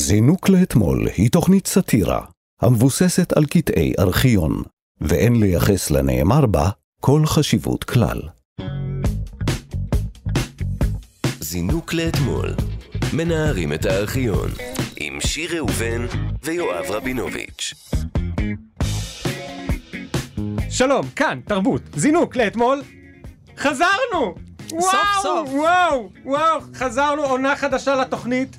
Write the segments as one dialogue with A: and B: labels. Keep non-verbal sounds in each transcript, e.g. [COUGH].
A: זינוק לאתמול היא תוכנית סאטירה המבוססת על קטעי ארכיון, ואין לייחס לנאמר בה כל חשיבות כלל.
B: זינוק לאתמול, מנערים את הארכיון, עם שיר ראובן ויואב רבינוביץ'.
C: שלום, כאן, תרבות, זינוק לאתמול. חזרנו! וואו,
D: סוף.
C: וואו, וואו, חזרנו עונה חדשה לתוכנית,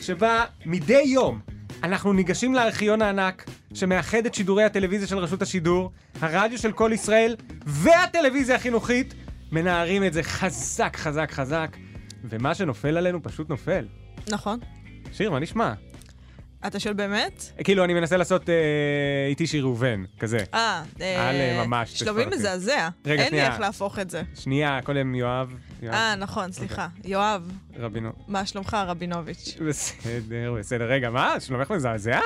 C: שבה מדי יום אנחנו ניגשים לארכיון הענק, שמאחד את שידורי הטלוויזיה של רשות השידור, הרדיו של כל ישראל, והטלוויזיה החינוכית, מנערים את זה חזק, חזק, חזק, ומה שנופל עלינו פשוט נופל.
D: נכון.
C: שיר, מה נשמע?
D: אתה שואל באמת?
C: כאילו, אני מנסה לעשות אה, איתי שיר ראובן, כזה.
D: אה, אה,
C: על, ממש,
D: שלומי
C: תפרטי.
D: מזעזע.
C: רגע,
D: אין לי
C: שנייה.
D: איך להפוך את זה.
C: שנייה, קודם יואב. יואב
D: אה,
C: אוקיי.
D: נכון, סליחה. יואב,
C: רבינו.
D: מה שלומך, רבינוביץ'?
C: [LAUGHS] בסדר, בסדר. רגע, מה? שלומך מזעזע?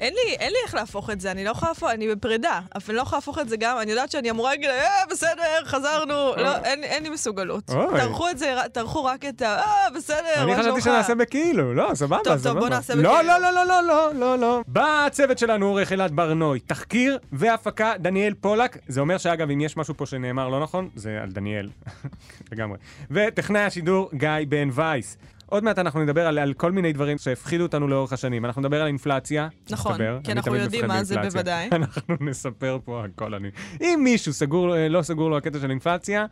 D: אין לי, אין לי איך להפוך את זה, אני לא יכולה להפוך, אני בפרידה. אבל אני לא יכולה להפוך את זה גם, אני יודעת שאני אמורה להגיד, אה, בסדר, חזרנו. לא, אין, אין לי מסוגלות.
C: אה. אוי.
D: תערכו את זה, תערכו רק את ה... אה, בסדר,
C: אני
D: מה
C: חשבתי
D: שלומך?"
C: שנעשה בכאילו, לא, סבבה,
D: טוב,
C: סבבה.
D: בוא נעשה
C: לא,
D: בכאילו.
C: לא, לא, לא, לא, לא, לא, לא. בא הצוות שלנו, עורך אלעד ברנוי, תחקיר והפקה, דניאל פולק. זה אומר שאגב, אם יש משהו פה שנאמר לא נכון, זה על דניאל. [LAUGHS] לגמרי. וטכנאי השידור, גיא בן וייס. עוד מעט אנחנו נדבר על, על כל מיני דברים שהפחידו אותנו לאורך השנים. אנחנו נדבר על אינפלציה.
D: נכון,
C: מסתבר.
D: כי
C: אני
D: אנחנו
C: תמיד
D: יודעים
C: מפחד
D: מה זה
C: מאינפלציה.
D: בוודאי.
C: [LAUGHS] אנחנו נספר פה הכל. אני... אם מישהו סגור, אה, לא סגור לו הקטע של אינפלציה,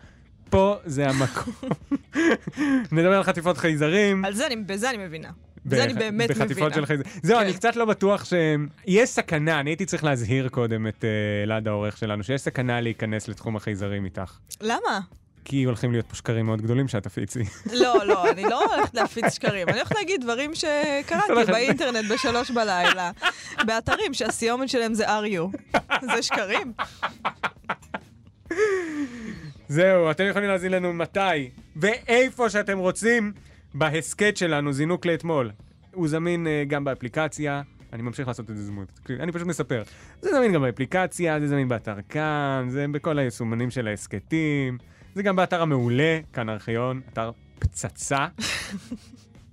C: פה זה המקום. נדבר על חטיפות חייזרים.
D: על זה אני, בזה אני מבינה. זה אני
C: בח-
D: באמת מבינה.
C: בחטיפות של חייזרים. זהו,
D: כן.
C: אני קצת לא בטוח ש... יש סכנה, אני הייתי צריך להזהיר קודם את אה, אלעד העורך שלנו, שיש סכנה להיכנס לתחום החייזרים איתך.
D: למה?
C: כי הולכים להיות פה שקרים מאוד גדולים שאת תפיצי.
D: לא, לא, אני לא הולכת להפיץ שקרים. אני הולכת להגיד דברים
C: הולכת-
D: שקראתי באינטרנט בשלוש בלילה, באתרים שהסיומת שלהם זה RU. זה שקרים?
C: זהו, אתם יכולים להזין לנו מתי ואיפה שאתם רוצים בהסכת שלנו, זינוק לאתמול. הוא זמין אה, גם באפליקציה. אני ממשיך לעשות את זה זמות, אני פשוט מספר. זה זמין גם באפליקציה, זה זמין באתר כאן, זה בכל היישומנים של ההסכתים, זה גם באתר המעולה, כאן ארכיון, אתר פצצה.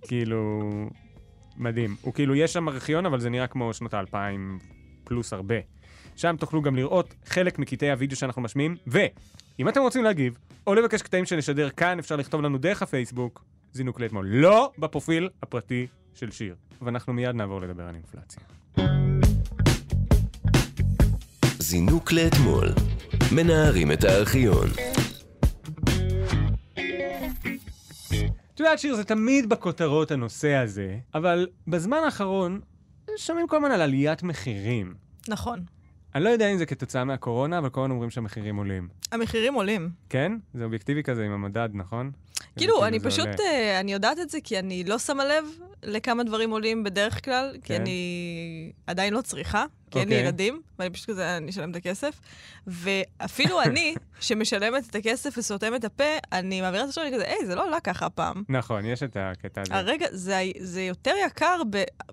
C: כאילו, מדהים. הוא כאילו, יש שם ארכיון, אבל זה נראה כמו שנות האלפיים פלוס הרבה. שם תוכלו גם לראות חלק מקטעי הוידאו שאנחנו משמיעים, ואם אתם רוצים להגיב, או לבקש קטעים שנשדר כאן, אפשר לכתוב לנו דרך הפייסבוק, זינוק לאתמול. לא בפרופיל הפרטי של שיר. ואנחנו מיד נעבור לדבר על אינפלציה.
B: זינוק לאתמול, מנערים את הארכיון.
C: את יודעת, שיר, זה תמיד בכותרות הנושא הזה, אבל בזמן האחרון שומעים כל הזמן על עליית מחירים.
D: נכון.
C: אני לא יודע אם זה כתוצאה מהקורונה, אבל כל הזמן אומרים שהמחירים עולים.
D: המחירים עולים.
C: כן? זה אובייקטיבי כזה עם המדד, נכון?
D: כאילו,
C: זה
D: אני
C: זה
D: פשוט,
C: עולה.
D: אה, אני יודעת את זה כי אני לא שמה לב לכמה דברים עולים בדרך כלל, כי
C: כן.
D: אני עדיין לא צריכה, כי אין לי
C: אוקיי.
D: ילדים, ואני פשוט כזה, אני אשלם את הכסף. ואפילו
C: [LAUGHS]
D: אני, שמשלמת את הכסף וסותמת את הפה, אני מעבירה את השאלה, אני כזה, היי, זה לא עלה ככה הפעם.
C: נכון, יש את הקטע הזה.
D: הרגע, זה, ה- זה יותר יקר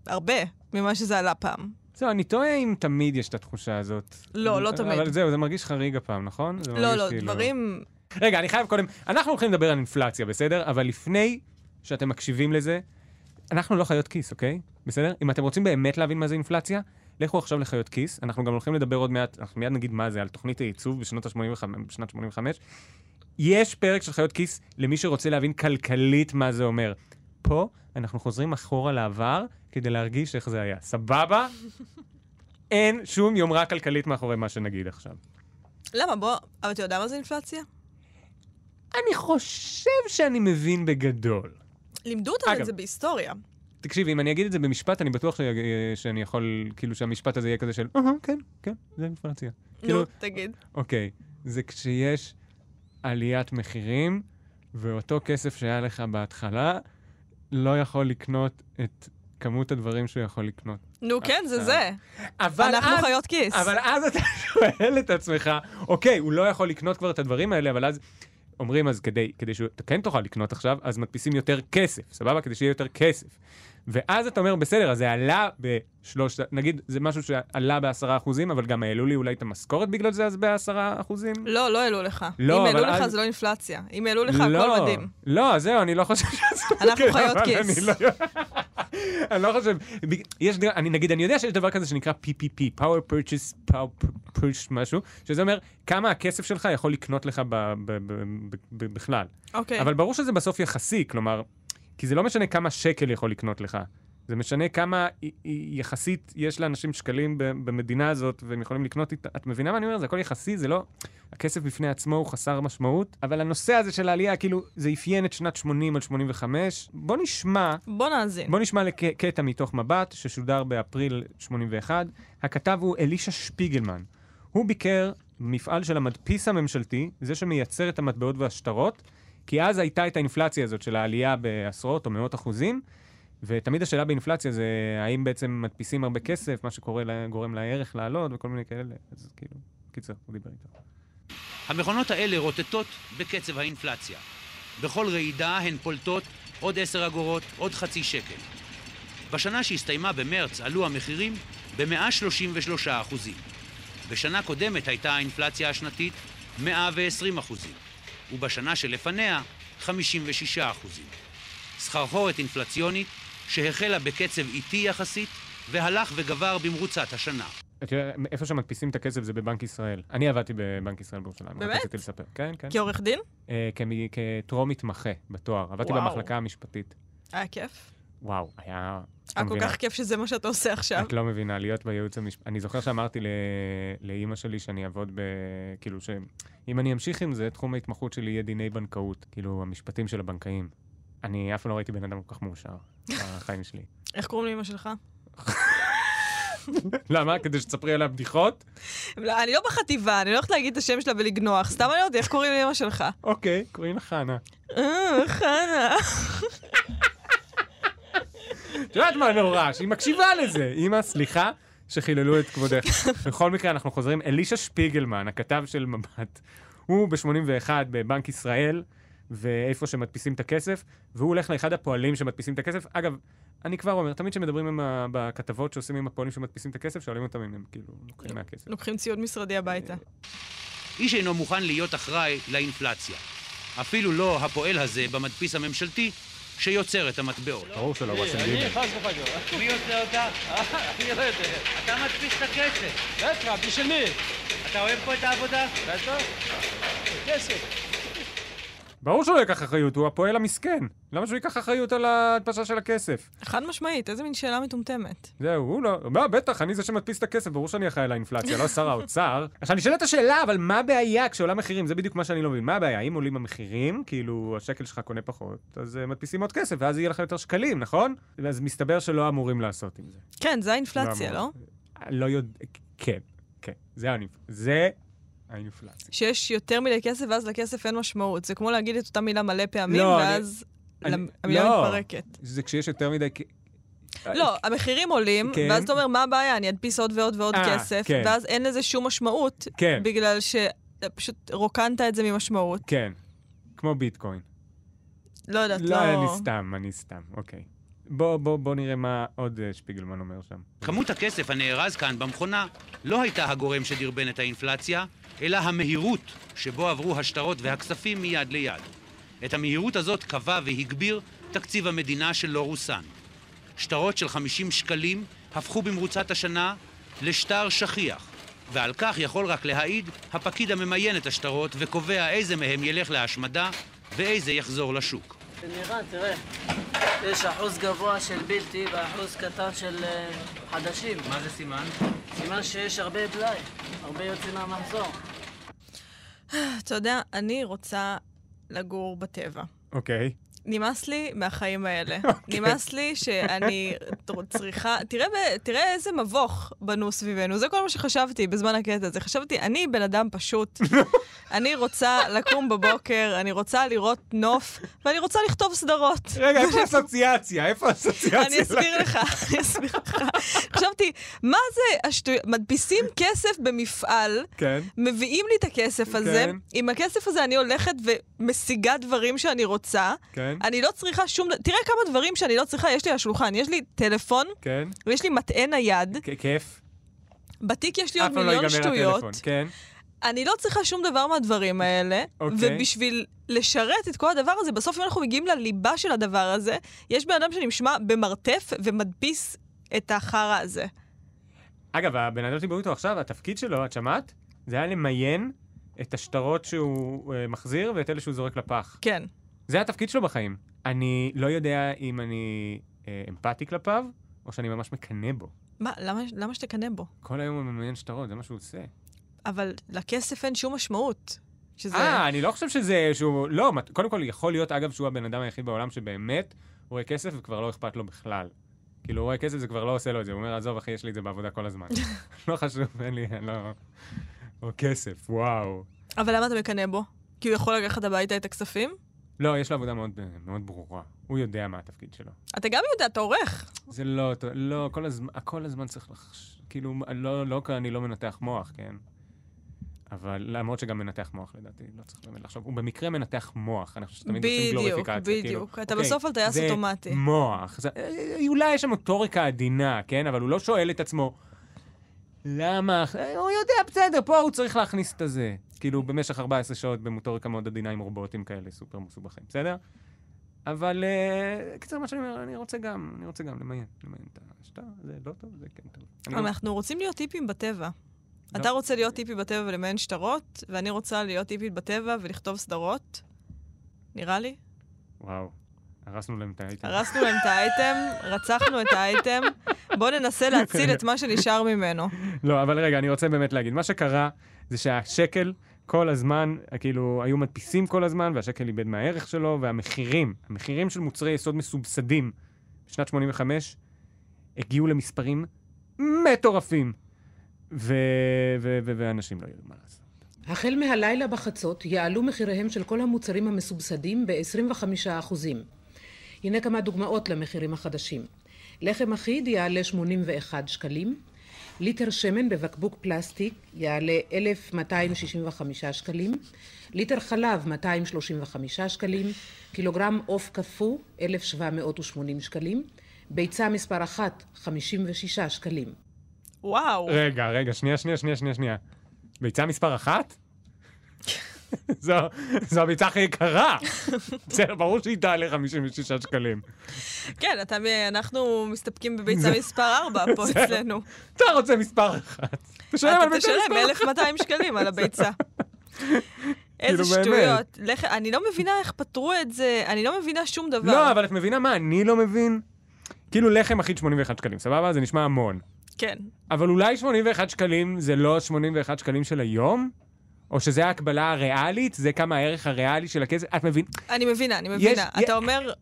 D: בהרבה ממה שזה עלה פעם.
C: זהו, אני תוהה אם תמיד יש את התחושה הזאת.
D: לא, לא תמיד.
C: אבל זהו, זה מרגיש חריג הפעם, נכון? זה
D: לא,
C: מרגיש
D: לא,
C: כאילו-
D: דברים...
C: רגע, אני חייב קודם... אנחנו הולכים לדבר על אינפלציה, בסדר? אבל לפני שאתם מקשיבים לזה, אנחנו לא חיות כיס, אוקיי? בסדר? אם אתם רוצים באמת להבין מה זה אינפלציה, לכו עכשיו לחיות כיס. אנחנו גם הולכים לדבר עוד מעט, אנחנו מיד נגיד מה זה, על תוכנית הייצוב בשנות ה-85, בשנת 85. יש פרק של חיות כיס למי שרוצה להבין כלכלית מה זה אומר. פה אנחנו חוזרים אחורה לעבר כדי להרגיש איך זה היה. סבבה? אין שום יומרה כלכלית מאחורי מה שנגיד עכשיו.
D: למה, בוא, אבל אתה יודע מה זה אינפלציה?
C: אני חושב שאני מבין בגדול.
D: לימדו אותנו
C: אגב.
D: את זה בהיסטוריה.
C: תקשיבי, אם אני אגיד את זה במשפט, אני בטוח ש... שאני יכול, כאילו שהמשפט הזה יהיה כזה של, אהה, כן, כן, זה אינפלציה. כאילו,
D: נו, תגיד.
C: אוקיי, זה כשיש עליית מחירים, ואותו כסף שהיה לך בהתחלה, לא יכול לקנות את כמות הדברים שהוא יכול לקנות.
D: נו, כן,
C: אה.
D: זה זה.
C: אבל
D: אנחנו
C: אז-
D: חיות כיס.
C: אבל אז אתה [LAUGHS] שואל את עצמך, אוקיי, הוא לא יכול לקנות כבר את הדברים האלה, אבל אז אומרים, אז כדי, כדי שאתה כן תוכל לקנות עכשיו, אז מדפיסים יותר כסף, סבבה? כדי שיהיה יותר כסף. ואז אתה אומר, בסדר, אז זה עלה בשלושת, נגיד, זה משהו שעלה בעשרה אחוזים, אבל גם העלו לי אולי את המשכורת בגלל זה, אז בעשרה אחוזים?
D: לא, לא העלו לך.
C: לא,
D: אם העלו
C: אבל
D: לך
C: אז-
D: זה לא אינפלציה. אם העלו לך,
C: לא,
D: הכל מדהים.
C: לא, זהו, אני לא חושב שזה...
D: אנחנו
C: כן,
D: חיות
C: אבל
D: כיס.
C: אני לא- אני לא חושב, בג- יש, דבר- אני נגיד, אני יודע שיש דבר כזה שנקרא PPP, Power Purchase, Power Purchase משהו, שזה אומר כמה הכסף שלך יכול לקנות לך ב- ב- ב- ב- ב- בכלל.
D: אוקיי.
C: אבל ברור שזה בסוף יחסי, כלומר, כי זה לא משנה כמה שקל יכול לקנות לך. זה משנה כמה י- י- יחסית יש לאנשים שקלים ב- במדינה הזאת, והם יכולים לקנות איתה. את מבינה מה אני אומר? זה הכל יחסי, זה לא... הכסף בפני עצמו הוא חסר משמעות, אבל הנושא הזה של העלייה, כאילו, זה אפיין את שנת 80 על 85. בוא נשמע,
D: בוא נאזין.
C: בוא נשמע לקטע מתוך מבט, ששודר באפריל 81. הכתב הוא אלישע שפיגלמן. הוא ביקר מפעל של המדפיס הממשלתי, זה שמייצר את המטבעות והשטרות, כי אז הייתה את האינפלציה הזאת של העלייה בעשרות או מאות אחוזים, ותמיד השאלה באינפלציה זה האם בעצם מדפיסים הרבה כסף, מה שקורה לה- גורם לערך לעלות וכל מיני כאלה, אז כאילו, קיצר, הוא דיבר איתו.
E: המכונות האלה רוטטות בקצב האינפלציה. בכל רעידה הן פולטות עוד עשר אגורות, עוד חצי שקל. בשנה שהסתיימה במרץ עלו המחירים ב-133 אחוזים. בשנה קודמת הייתה האינפלציה השנתית 120 אחוזים, ובשנה שלפניה 56 אחוזים. סחרחורת אינפלציונית שהחלה בקצב איטי יחסית והלך וגבר במרוצת השנה.
C: אתה יודע, איפה שמדפיסים את הכסף זה בבנק ישראל. אני עבדתי בבנק ישראל בירושלים. רק
D: באמת?
C: רציתי לספר. כן, כן.
D: כעורך דין?
C: אה, כמי- כטרום מתמחה בתואר. עבדתי
D: וואו.
C: במחלקה המשפטית.
D: היה כיף.
C: וואו, היה... את לא
D: היה אה, כל
C: מבינה.
D: כך כיף שזה מה שאתה עושה עכשיו.
C: את לא מבינה, להיות בייעוץ המשפטי. אני זוכר שאמרתי ל... לאימא שלי שאני אעבוד ב... כאילו, שאם אני אמשיך עם זה, תחום ההתמחות שלי יהיה דיני בנקאות. כאילו, המשפטים של הבנקאים. אני אף פעם לא ראיתי בן אדם כל כך מאושר בחיים שלי. [LAUGHS]
D: איך קוראים לאמא שלך?
C: למה? כדי שתספרי עליו בדיחות?
D: לא, אני לא בחטיבה, אני לא הולכת להגיד את השם שלה ולגנוח, סתם אני לא יודעת איך קוראים לאמא שלך.
C: אוקיי, קוראים לה חנה.
D: אה, חנה.
C: את יודעת מה נורא? שהיא מקשיבה לזה. אימא, סליחה שחיללו את כבודך. בכל מקרה, אנחנו חוזרים. אלישע שפיגלמן, הכתב של מבט, הוא ב-81 בבנק ישראל, ואיפה שמדפיסים את הכסף, והוא הולך לאחד הפועלים שמדפיסים את הכסף. אגב, אני כבר אומר, תמיד כשמדברים עם ה... בכתבות שעושים עם הפועלים שמדפיסים את הכסף, שואלים אותם אם הם כאילו לוקחים מהכסף.
D: לוקחים ציוד משרדי הביתה.
E: איש אינו מוכן להיות אחראי לאינפלציה. אפילו לא הפועל הזה במדפיס הממשלתי שיוצר את המטבעות.
C: ברור שלא, הוא אשם דיבר.
E: מי יוצר אותה? אני לא יודע. אתה מדפיס את הכסף.
F: בטח, בשביל מי?
E: אתה אוהב פה את העבודה?
F: בטח. כסף.
C: ברור שהוא לא ייקח אחריות, הוא הפועל המסכן. למה שהוא ייקח אחריות על ההדפשה של הכסף?
D: חד משמעית, איזה מין שאלה מטומטמת.
C: זהו, הוא לא... מה, בטח, אני זה שמדפיס את הכסף, ברור שאני אחראי לאינפלציה, לא שר
D: [LAUGHS]
C: האוצר. עכשיו, נשאלת השאלה, אבל מה הבעיה כשעולם מחירים? זה בדיוק מה שאני לא מבין. מה הבעיה? אם עולים המחירים, כאילו, השקל שלך קונה פחות, אז אה, מדפיסים עוד כסף, ואז יהיה לך יותר שקלים, נכון? אז מסתבר שלא אמורים לעשות עם זה.
D: כן, זה האינפלציה, לא?
C: אמורים. אה, לא יודע... כן, כן. זה האינפלציה. זה האינפלציה.
D: שיש יותר מדי כסף, ואז לכסף אין משמעות. זה כמו להגיד את אותה מילה מלא פעמים,
C: לא, אני-
D: ואז
C: אני-
D: המילה
C: לא.
D: מתפרקת.
C: זה כשיש יותר מדי... כ-
D: לא, המחירים עולים,
C: כן.
D: ואז אתה אומר, מה הבעיה? אני אדפיס עוד ועוד ועוד
C: אה,
D: כסף,
C: כן.
D: ואז אין לזה שום משמעות,
C: כן.
D: בגלל שפשוט רוקנת את זה ממשמעות.
C: כן. כמו ביטקוין.
D: לא יודעת, לא...
C: לא, אני סתם, אני סתם, אוקיי. בוא, בוא, בוא נראה מה עוד אה, שפיגלמן אומר שם.
E: כמות הכסף הנארז כאן במכונה לא הייתה הגורם שדרבן את האינפלציה, אלא המהירות שבו עברו השטרות והכספים מיד ליד. את המהירות הזאת קבע והגביר תקציב המדינה שלא רוסן. שטרות של 50 שקלים הפכו במרוצת השנה לשטר שכיח, ועל כך יכול רק להעיד הפקיד הממיין את השטרות וקובע איזה מהם ילך להשמדה ואיזה יחזור לשוק.
G: במירן, תראה, יש אחוז גבוה של בלתי ואחוז קטן של אה, חדשים.
E: מה זה סימן?
G: סימן שיש הרבה בלאי, הרבה יוצאים מהמחזור.
D: אתה יודע, אני רוצה לגור בטבע.
C: אוקיי.
D: נמאס לי מהחיים האלה. נמאס לי שאני צריכה... תראה, ב- תראה איזה מבוך בנו סביבנו. זה כל מה שחשבתי בזמן הקטע הזה. חשבתי, אני בן אדם פשוט. אני רוצה לקום בבוקר, אני רוצה לראות נוף, ואני רוצה לכתוב סדרות.
C: רגע, איפה האסוציאציה? איפה האסוציאציה?
D: אני אסביר לך, אני אסביר לך. חשבתי, מה זה השטויות? מדפיסים כסף במפעל,
C: כן.
D: מביאים לי את הכסף הזה,
C: כן.
D: עם הכסף הזה אני הולכת ומשיגה דברים שאני רוצה.
C: כן.
D: אני לא צריכה שום... ד- תראה כמה דברים שאני לא צריכה יש לי על השולחן. יש לי טלפון,
C: כן.
D: ויש לי מטען נייד,
C: כ- כיף.
D: בתיק יש לי
C: אף
D: עוד
C: פעם לא
D: מיליון
C: ייגמר
D: שטויות.
C: הטלפון. כן.
D: אני לא צריכה שום דבר מהדברים האלה,
C: אוקיי.
D: ובשביל לשרת את כל הדבר הזה, בסוף אם אנחנו מגיעים לליבה של הדבר הזה, יש בן אדם שנשמע במרתף ומדפיס את החרא הזה.
C: אגב, הבן אדם שדיברו איתו עכשיו, התפקיד שלו, את שמעת? זה היה למיין את השטרות שהוא אה, מחזיר ואת אלה שהוא זורק לפח.
D: כן.
C: זה התפקיד שלו בחיים. אני לא יודע אם אני אה, אמפתי כלפיו, או שאני ממש מקנא בו.
D: מה, למה, למה שתקנא בו?
C: כל היום הוא ממיין שטרות, זה מה שהוא עושה.
D: אבל לכסף אין שום משמעות. שזה...
C: אה, אני לא חושב שזה שהוא... לא, מת- קודם כל, יכול להיות, אגב, שהוא הבן אדם היחיד בעולם שבאמת רואה כסף וכבר לא אכפת לו בכלל. כאילו, הוא רואה כסף, זה כבר לא עושה לו את זה. הוא אומר, עזוב, אחי, יש לי את זה בעבודה כל הזמן. לא חשוב, אין לי, אני לא... או כסף, וואו.
D: אבל למה אתה מקנא בו? כי הוא יכול לקחת הביתה את הכספים?
C: לא, יש לו עבודה מאוד, מאוד ברורה. הוא יודע מה התפקיד שלו.
D: אתה גם יודע, אתה עורך.
C: זה לא, אותו- לא, כל הזמן, כל הזמן צריך לחש... כאילו, לא, לא, אני לא מנתח מוח, כן? אבל למרות שגם מנתח מוח, לדעתי, לא צריך באמת לחשוב. הוא במקרה מנתח מוח, אני חושב שתמיד עושים
D: בדיוק,
C: גלוריפיקציה. כאילו,
D: בדיוק. אתה
C: אוקיי,
D: בסוף על טייס
C: זה
D: אוטומטי.
C: מוח. זה, אה, אולי יש שם מוטוריקה עדינה, כן? אבל הוא לא שואל את עצמו, למה? אה, הוא יודע, בסדר, פה הוא צריך להכניס את הזה. כאילו, במשך 14 שעות במוטוריקה מאוד עדינה עם רובוטים כאלה סופר מסובכים, בסדר? אבל אה, קיצר, מה שאני אומר, אני רוצה גם, אני רוצה גם למיין, למיין את השטר, זה לא טוב, זה כן טוב. אני גם-
D: אנחנו רוצים להיות טיפים בטבע.
C: לא.
D: אתה רוצה להיות טיפי בטבע ולמיין שטרות, ואני רוצה להיות טיפית בטבע ולכתוב סדרות. נראה לי.
C: וואו, הרסנו להם את האייטם.
D: הרסנו להם את האייטם, רצחנו את האייטם. בואו ננסה להציל את מה שנשאר ממנו.
C: לא, אבל רגע, אני רוצה באמת להגיד, מה שקרה זה שהשקל כל הזמן, כאילו, היו מדפיסים כל הזמן, והשקל איבד מהערך שלו, והמחירים, המחירים של מוצרי יסוד מסובסדים בשנת 85, הגיעו למספרים מטורפים, ו... ו... ו... ואנשים לא ידעו מה לעשות.
H: החל מהלילה בחצות יעלו מחיריהם של כל המוצרים המסובסדים ב-25%. הנה כמה דוגמאות למחירים החדשים. לחם אחיד יעלה 81 שקלים, ליטר שמן בבקבוק פלסטיק יעלה 1,265 שקלים, ליטר חלב 235 שקלים, קילוגרם עוף קפוא 1,780 שקלים, ביצה מספר אחת 56 שקלים.
D: וואו.
C: רגע, רגע, שנייה, שנייה, שנייה, שנייה, שנייה. ביצה מספר אחת? [LAUGHS] זו, זו הביצה הכי יקרה. [LAUGHS] בסדר, ברור שהיא תעלה 56 שקלים.
D: כן, אתה, אנחנו מסתפקים בביצה מספר 4 פה
C: זהו.
D: אצלנו.
C: אתה רוצה מספר אחת. תשלם על
D: אתה
C: ביצה
D: תשלם
C: מספר אחת.
D: 1,200 שקלים על
C: [LAUGHS]
D: הביצה. איזה
C: כאילו, באמת.
D: שטויות. לך- אני לא מבינה איך פתרו את זה, אני לא מבינה שום דבר.
C: לא, אבל את מבינה מה אני לא מבין? כאילו לחם אחיד 81 שקלים, סבבה? זה נשמע המון.
D: כן.
C: אבל אולי 81 שקלים זה לא 81 שקלים של היום? או שזה ההקבלה הריאלית? זה כמה הערך הריאלי של הכסף? את מבין? [LAUGHS]
D: אני מבינה, אני מבינה.
C: יש-
D: אתה אומר,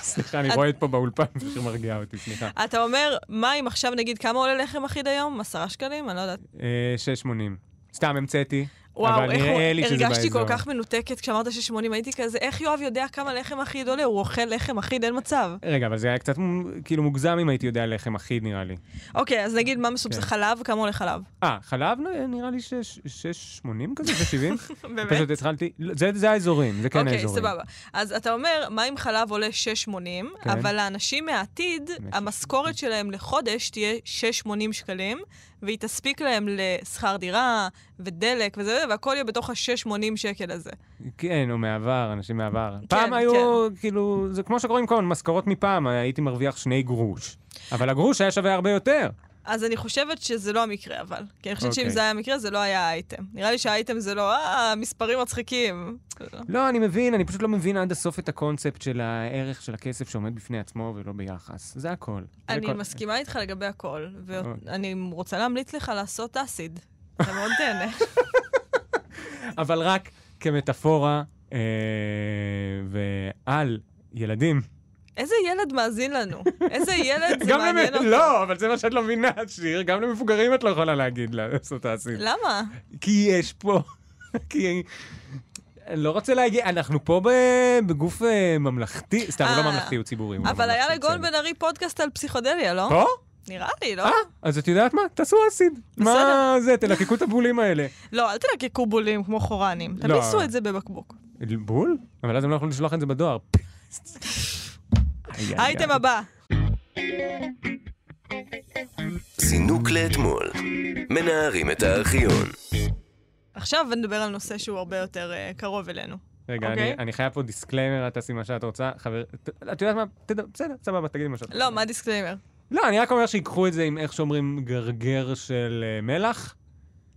C: סליחה, אני
D: את-
C: רואה את פה באולפן, [LAUGHS] פשוט מרגיעה אותי, סליחה.
D: אתה אומר, מה אם עכשיו נגיד כמה עולה לחם אחיד היום? עשרה שקלים? אני לא יודעת.
C: אה, 680. סתם המצאתי.
D: וואו,
C: אבל
D: איך
C: נראה לי
D: הוא...
C: שזה
D: הרגשתי כל
C: באזור.
D: כך מנותקת כשאמרת ש-80, הייתי כזה, איך יואב יודע כמה לחם אחיד עולה? הוא אוכל לחם אחיד, אין מצב.
C: רגע, אבל זה היה קצת מ- כאילו מוגזם אם הייתי יודע לחם אחיד, נראה לי.
D: אוקיי, אז נגיד מה מסובסד?
C: כן.
D: חלב? כמה עולה חלב?
C: אה, חלב נ- נראה לי שש- 680 כזה, 70?
D: [LAUGHS] באמת?
C: פשוט התחלתי, לא, זה, זה האזורים, זה כן
D: אוקיי,
C: האזורים.
D: סבבה. אז אתה אומר, מה אם חלב עולה 680,
C: כן.
D: אבל לאנשים מהעתיד,
C: באמת
D: המשכורת שלהם לחודש תהיה 680 שקלים, והיא תספיק להם לשכר דירה ודלק וזה, והכל יהיה בתוך ה-680 שקל הזה.
C: כן, או מעבר, אנשים מעבר. פעם
D: כן.
C: היו, כאילו, זה כמו שקוראים כל מיני משכורות מפעם, הייתי מרוויח שני גרוש. אבל הגרוש היה שווה הרבה יותר.
D: אז אני חושבת שזה לא המקרה, אבל. כי אני חושבת שאם
C: אוקיי.
D: זה היה המקרה, זה לא היה האייטם. נראה לי שהאייטם זה לא, אה, מספרים מצחיקים.
C: לא, אני מבין, אני פשוט לא מבין עד הסוף את הקונספט של הערך של הכסף שעומד בפני עצמו ולא ביחס. זה הכל. זה
D: אני
C: כל-
D: מסכימה איתך לגבי הכל,
C: אוקיי.
D: ואני רוצה להמליץ לך לעשות אסיד. אתה מאוד תהנה.
C: אבל רק כמטאפורה אה, ועל ילדים.
D: איזה ילד מאזין לנו? איזה ילד זה
C: גם
D: מעניין
C: למ-
D: אותו?
C: לא, אבל זה מה שאת לא מבינה, שיר. גם למבוגרים את לא יכולה להגיד לעשות תעשית.
D: למה?
C: כי יש פה, [LAUGHS] כי... אני לא רוצה להגיד, אנחנו פה ב- בגוף אה, ממלכתי, סתם, הוא לא
D: אה,
C: ממלכתי, הוא ציבורי. הוא לא
D: אבל היה
C: ממלכתי,
D: לגול
C: בסדר.
D: בן ארי פודקאסט על פסיכודליה, לא?
C: פה?
D: נראה לי, לא?
C: אה, אז את יודעת מה? תעשו אסיד. מה זה, תלקקו את הבולים האלה.
D: לא, אל תלקקו בולים כמו חורנים.
C: לא. כן,
D: תמיסו את זה בבקבוק.
C: בול? אבל אז הם לא יכולים לשלוח את זה בדואר.
D: [LAUGHS]
C: איי, איי,
D: האייטם
C: איי.
D: הבא.
B: זינוק לאתמול, מנערים את הארכיון.
D: עכשיו נדבר על נושא שהוא הרבה יותר אה, קרוב אלינו.
C: רגע,
D: אוקיי.
C: אני- אני חייב פה דיסקליימר, את תעשי מה שאת רוצה. חבר, ת- את יודעת מה? תד- בסדר, סבבה, תגידי מה שאת רוצה.
D: לא, מה הדיסקליימר?
C: לא, אני רק אומר שיקחו את זה עם איך שאומרים גרגר של אה, מלח.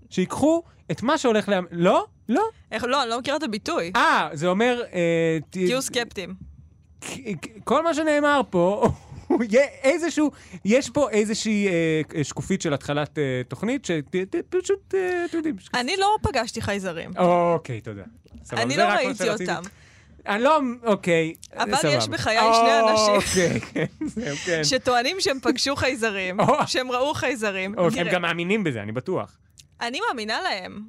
C: שיקחו את מה שהולך ל... לא? לא.
D: איך- לא, אני לא מכירה את הביטוי.
C: אה, זה אומר... אה, ת-
D: תהיו סקפטיים.
C: כ- כ- כל מה שנאמר פה, הוא יהיה איזשהו, יש פה איזושהי אה, שקופית של התחלת אה, תוכנית, שפשוט, אה, אתם יודעים. ש-
D: אני לא פגשתי חייזרים.
C: אוקיי, תודה. סבבה,
D: אני
C: זה
D: לא
C: רק מה
D: ראיתי
C: שרציתי.
D: אותם.
C: אני לא, אוקיי,
D: אבל
C: סבבה.
D: יש בחיי שני אנשים.
C: אוקיי, כן, זהו, כן.
D: שטוענים שהם פגשו
C: [LAUGHS]
D: חייזרים,
C: או.
D: שהם ראו חייזרים.
C: אוקיי, הם
D: תראה,
C: גם מאמינים בזה, אני בטוח.
D: אני מאמינה להם.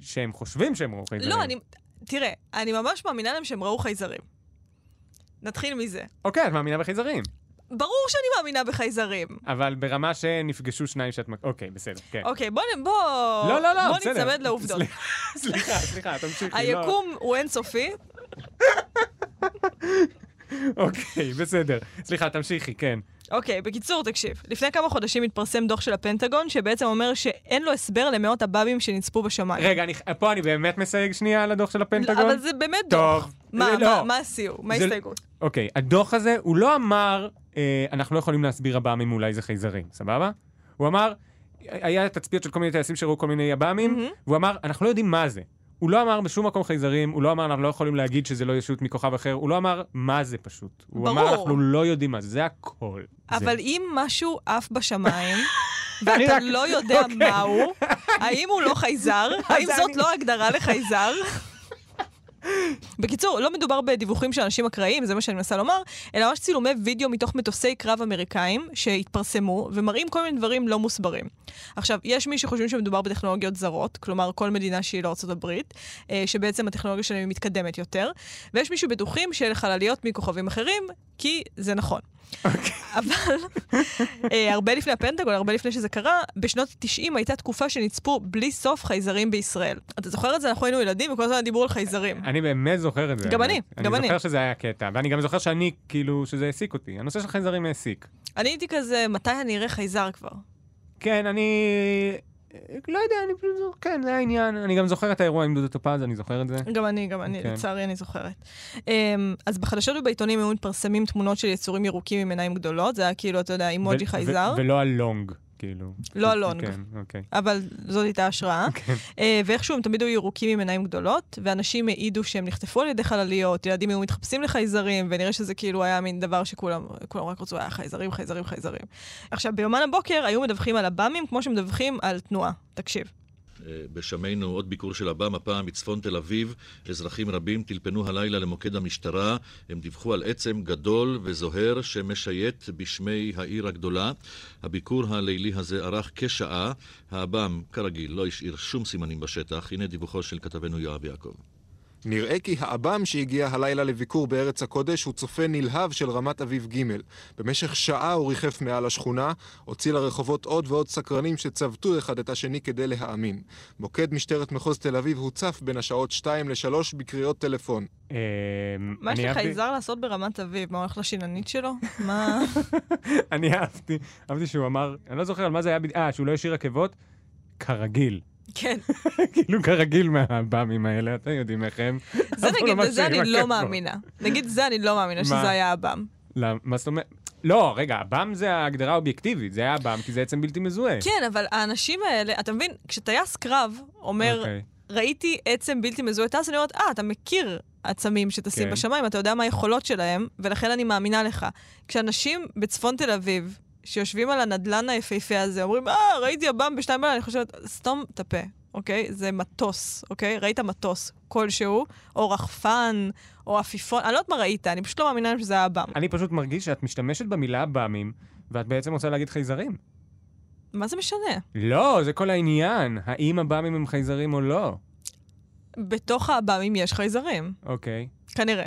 C: שהם חושבים שהם רואים
D: לא, אני... תראה, אני ממש מאמינה להם שהם ראו חייזרים. נתחיל מזה.
C: אוקיי, את מאמינה בחייזרים,
D: ברור שאני מאמינה בחייזרים.
C: אבל ברמה שנפגשו שניים שאת... מק- אוקיי, בסדר, כן.
D: אוקיי, בוא נ- בוא...
C: לא, לא, לא,
D: בוא
C: בסדר.
D: ניצמד לעובדות.
C: סליחה, סליחה, סליחה, תמשיכי. לא.
D: היקום הוא אינסופי,
C: אוקיי, בסדר. סליחה, תמשיכי, כן.
D: אוקיי, בקיצור, תקשיב. לפני כמה חודשים התפרסם דוח של הפנטגון, שבעצם אומר שאין לו הסבר למאות הבאבים שנצפו בשמיים.
C: רגע, אני, פה אני באמת מסייג שנייה על הדוח של הפנטגון?
D: לא, אבל זה באמת דוח.
C: טוב.
D: מה,
C: לא.
D: מה- מה הסיור? מה
C: זה-
D: ההסתייגות?
C: אוקיי, הדוח הזה, הוא לא אמר, אה, אנחנו לא יכולים להסביר עב"מים אולי זה חייזרים, סבבה? הוא אמר, היה תצפיות של כל מיני טייסים שראו כל מיני עב"מים,
D: מהמם.
C: והוא אמר, אנחנו לא יודעים מה זה. הוא לא אמר בשום מקום חייזרים, הוא לא אמר, אנחנו לא יכולים להגיד שזה לא ישות מכוכב אחר, הוא לא אמר מה זה פשוט. הוא אמר,
D: ברור.
C: אנחנו לא יודעים מה זה, זה הכל. זה.
D: אבל אם משהו עף בשמיים,
C: [LAUGHS] אני
D: ואתה
C: רק-
D: לא יודע
C: אוקיי.
D: מהו, האם הוא לא חייזר? האם זאת
C: אני-
D: לא הגדרה לחייזר? בקיצור, לא מדובר בדיווחים של אנשים אקראיים, זה מה שאני מנסה לומר, אלא ממש צילומי וידאו מתוך מטוסי קרב אמריקאים שהתפרסמו ומראים כל מיני דברים לא מוסברים. עכשיו, יש מי שחושבים שמדובר בטכנולוגיות זרות, כלומר כל מדינה שהיא לא ארצות הברית, אה, שבעצם הטכנולוגיה שלהם היא מתקדמת יותר, ויש מי שבטוחים שאלה חלליות מכוכבים אחרים, כי זה נכון. אבל אה, הרבה לפני הפנטגון, הרבה לפני שזה קרה, בשנות ה-90 הייתה תקופה שנצפו בלי סוף חייזרים בישראל. אתה זוכר את זה? אנחנו היינו ילדים וכל הזמן דיברו על חייזרים.
C: אני באמת זוכר את זה.
D: גם אני, גם
C: אני
D: אני.
C: זוכר שזה היה קטע, ואני גם זוכר שאני, כאילו, שזה העסיק אותי. הנושא של חייזרים העסיק.
D: אני הייתי כזה, מתי אני אראה חייזר כבר?
C: כן, אני... לא יודע, אני פשוט... זוכר- כן, זה העניין. אני גם זוכר את האירוע עם דודו טופז, אני זוכר את זה.
D: גם אני, גם אני,
C: כן.
D: לצערי אני זוכרת. Um, אז בחדשות ובעיתונים היו מתפרסמים תמונות של יצורים ירוקים עם עיניים גדולות, זה היה כאילו, אתה יודע, אימוג'י
C: ו-
D: חייזר,
C: ו- ולא הלונג, כאילו.
D: לא הלונג.
C: כן, אוקיי.
D: אבל זאת הייתה השראה. Uh, ואיכשהו הם תמיד היו ירוקים עם עיניים גדולות, ואנשים העידו שהם נחטפו על ידי חלליות, ילדים היו מתחפשים לחייזרים, ונראה שזה כאילו היה מין דבר שכולם כולם רק רצו, היה חייזרים, חייזרים, חייזרים. עכשיו, ביומן הבוקר היו מדווחים על עב"מים כמו שמדווחים על תנועה. תקשיב.
I: אה, בשמנו עוד ביקור של עב"ם, הפעם מצפון תל אביב. אזרחים רבים טלפנו הלילה למוקד המשטרה. הם דיווחו על עצם גדול וזוהר שמשייט בשמי העיר הגדולה. הביקור הלילי הזה ארך כשעה. העב"ם, כרגיל, לא השאיר שום סימנים בשטח. הנה דיווחו של כתבנו יואב יעקב.
J: נראה כי העב"ם שהגיע הלילה לביקור בארץ הקודש הוא צופה נלהב של רמת אביב ג'. במשך שעה הוא ריחף מעל השכונה, הוציא לרחובות עוד ועוד סקרנים שצבטו אחד את השני כדי להאמין. מוקד משטרת מחוז תל אביב הוצף בין השעות 2 ל-3 בקריאות טלפון.
C: אמ,
D: מה יש
C: אני אהבתי-
D: לחייזר לעשות ברמת אביב? מה, הוא הולך לשיננית שלו? מה...
C: [LAUGHS] אני אהבתי, אהבתי שהוא אמר, אני לא זוכר על מה זה היה, בד- אה, שהוא לא השאיר עקבות. כרגיל. [LAUGHS]
D: כן,
C: כאילו כרגיל מהבאמים האלה, אתם יודעים איך הם.
D: [LAUGHS] זה
C: אבל הוא
D: נגיד, לזה אני
C: משאיר
D: לא
C: עקבות.
D: מאמינה. נגיד, זה אני לא מאמינה שזה
C: מה?
D: היה עב"ם.
C: למה- מה זאת אומרת? לא, רגע, עב"ם זה ההגדרה האובייקטיבית, זה היה עב"ם כי זה עצם בלתי מזוהה.
D: כן, אבל האנשים האלה, אתה מבין, כשטייס קרב אומר,
C: אוקיי.
D: ראיתי עצם בלתי מזוהה טס, אני אומרת, אה, אתה מכיר עצמים שטסים
C: כן.
D: בשמיים, אתה יודע מה היכולות שלהם, ולכן אני מאמינה לך. כשאנשים בצפון תל אביב, שיושבים על הנדלן היפהפה הזה, אומרים, אה, ראיתי עב"ם בשתיים בלילה, אני חושבת, סתום את הפה, אוקיי? זה מטוס, אוקיי? ראית מטוס כלשהו, או רחפן, או עפיפון, אני לא יודעת מה ראית, אני פשוט לא מאמינה להם שזה היה עב"ם.
C: אני פשוט מרגיש שאת משתמשת במילה עב"מים, ואת בעצם רוצה להגיד חייזרים.
D: מה זה משנה?
C: לא, זה כל העניין, האם עב"מים הם חייזרים או לא.
D: בתוך העב"מים יש חייזרים,
C: אוקיי.
D: כנראה.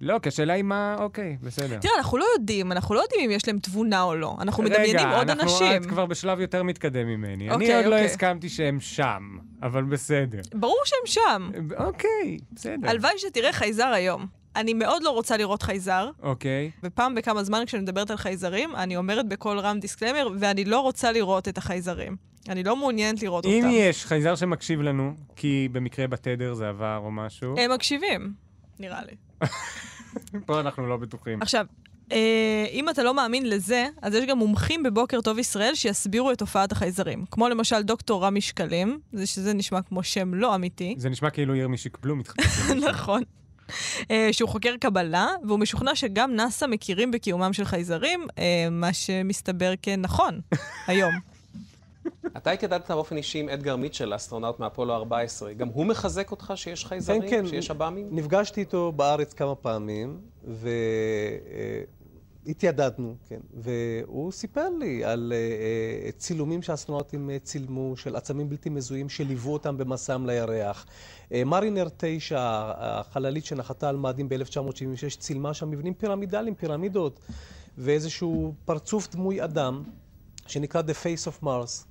C: לא, כי השאלה היא מה... אוקיי, בסדר.
D: תראה, אנחנו לא יודעים, אנחנו לא יודעים אם יש להם תבונה או לא. אנחנו מדמיינים עוד
C: רגע,
D: אנשים.
C: אנחנו את כבר בשלב יותר מתקדם ממני. אני
D: אוקיי,
C: עוד לא
D: אוקיי.
C: הסכמתי שהם שם, אבל בסדר.
D: ברור שהם שם.
C: אוקיי, בסדר.
D: הלוואי שתראה חייזר היום. אני מאוד לא רוצה לראות חייזר,
C: אוקיי.
D: ופעם בכמה זמן כשאני מדברת על חייזרים, אני אומרת בקול רם דיסקלמר, ואני לא רוצה לראות את החייזרים. אני לא מעוניינת לראות
C: אם
D: אותם.
C: יש חייזר שמקשיב לנו, כי במקרה בתדר זה עבר או משהו,
D: הם מקשיבים, נראה לי. כן.
C: פה אנחנו לא בטוחים.
D: עכשיו, אה, אם אתה לא מאמין לזה, אז יש גם מומחים בבוקר טוב ישראל שיסבירו את תופעת החייזרים. כמו למשל דוקטור רמי שקלים, זה שזה נשמע כמו שם לא אמיתי,
C: זה נשמע כאילו ירמי שקבלום מתחתן.
D: נכון. אה, שהוא חוקר קבלה, והוא משוכנע שגם נאס"א מכירים בקיומם של חייזרים, אה, מה שמסתבר כנכון היום.
K: אתה התיידדת באופן אישי עם אדגר מיטשל, אסטרונאוט מאפולו 14. גם הוא מחזק אותך שיש חייזרים? שיש עב"מים?
L: כן, נפגשתי איתו בארץ כמה פעמים, והתיידדנו, כן. והוא סיפר לי על אה, אה, צילומים שהאסטרונאוטים אה, צילמו, של עצמים בלתי מזוהים שליוו אותם במסעם לירח. אה, מרינר 9, החללית שנחתה על מאדים ב-1976, צילמה שם מבנים פירמידליים, פירמידות, ואיזשהו פרצוף דמוי אדם, שנקרא The Face of Mars.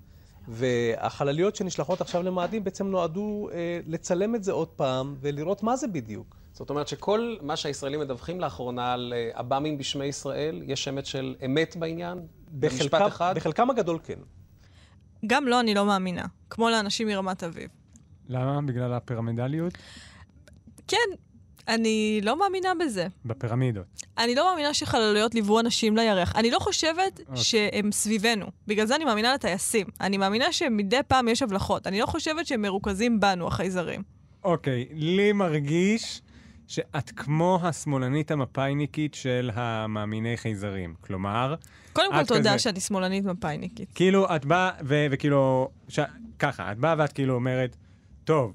L: והחלליות שנשלחות עכשיו למאדים בעצם נועדו אה, לצלם את זה עוד פעם ולראות מה זה בדיוק.
K: זאת אומרת שכל מה שהישראלים מדווחים לאחרונה על אה, עב"מים בשמי ישראל, יש שמץ של אמת בעניין? במשפט
L: בחלקם-
K: אחד?
L: בחלקם הגדול כן.
D: גם לו אני לא מאמינה, כמו לאנשים מרמת אביב.
C: [LAUGHS] למה? בגלל הפירמידליות?
D: כן, אני לא מאמינה בזה.
C: בפירמידות.
D: אני לא מאמינה שחללויות ליוו אנשים לירח. אני לא חושבת
C: אוקיי.
D: שהם סביבנו. בגלל זה אני מאמינה לטייסים. אני מאמינה שמדי פעם יש הבלחות. אני לא חושבת שהם מרוכזים בנו, החייזרים.
C: אוקיי, לי מרגיש שאת כמו השמאלנית המפאיניקית של המאמיני חייזרים. כלומר,
D: קודם כל,
C: את
D: תודה
C: כזה.
D: שאני שמאלנית מפאיניקית. [LAUGHS]
C: כאילו, את באה, ו- וכאילו, ש- ככה, את באה ואת כאילו אומרת, טוב,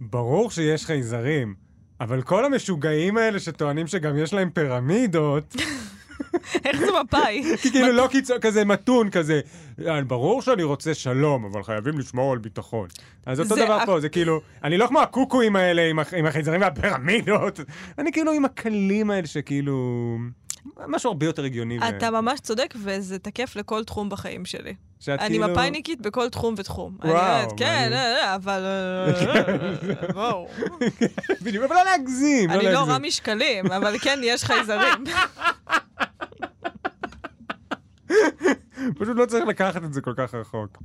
C: ברור שיש חייזרים, אבל כל המשוגעים האלה שטוענים שגם יש להם פירמידות,
D: איך זה מפאי?
C: [LAUGHS] כי כאילו לא קיצון, כזה מתון, כזה, "אה, ברור שאני רוצה שלום, אבל חייבים לשמור על ביטחון. אז אותו
D: זה
C: דבר
D: אק-
C: פה, זה כאילו, אני לא כמו הקוקואים האלה עם הח- עם החייזרים והפירמידות, [LAUGHS] אני כאילו עם הקלים האלה שכאילו, משהו הרבה יותר הגיוני. ו-
D: אתה ממש צודק, וזה תקף לכל תחום בחיים שלי.
C: שאת
D: אני
C: כאילו-
D: מפאיניקית בכל תחום ותחום. אני
C: וואו,
D: אומרת, כן,
C: מעניין.
D: אה, אה, אבל...
C: [LAUGHS]
D: אה, בואו.
C: בדיוק, אבל לא להגזים, לא
D: אני לא
C: להגזים.
D: רמי שקלים, אבל כן,
C: [LAUGHS]
D: יש חייזרים.
C: פשוט לא צריך לקחת את זה כל כך רחוק.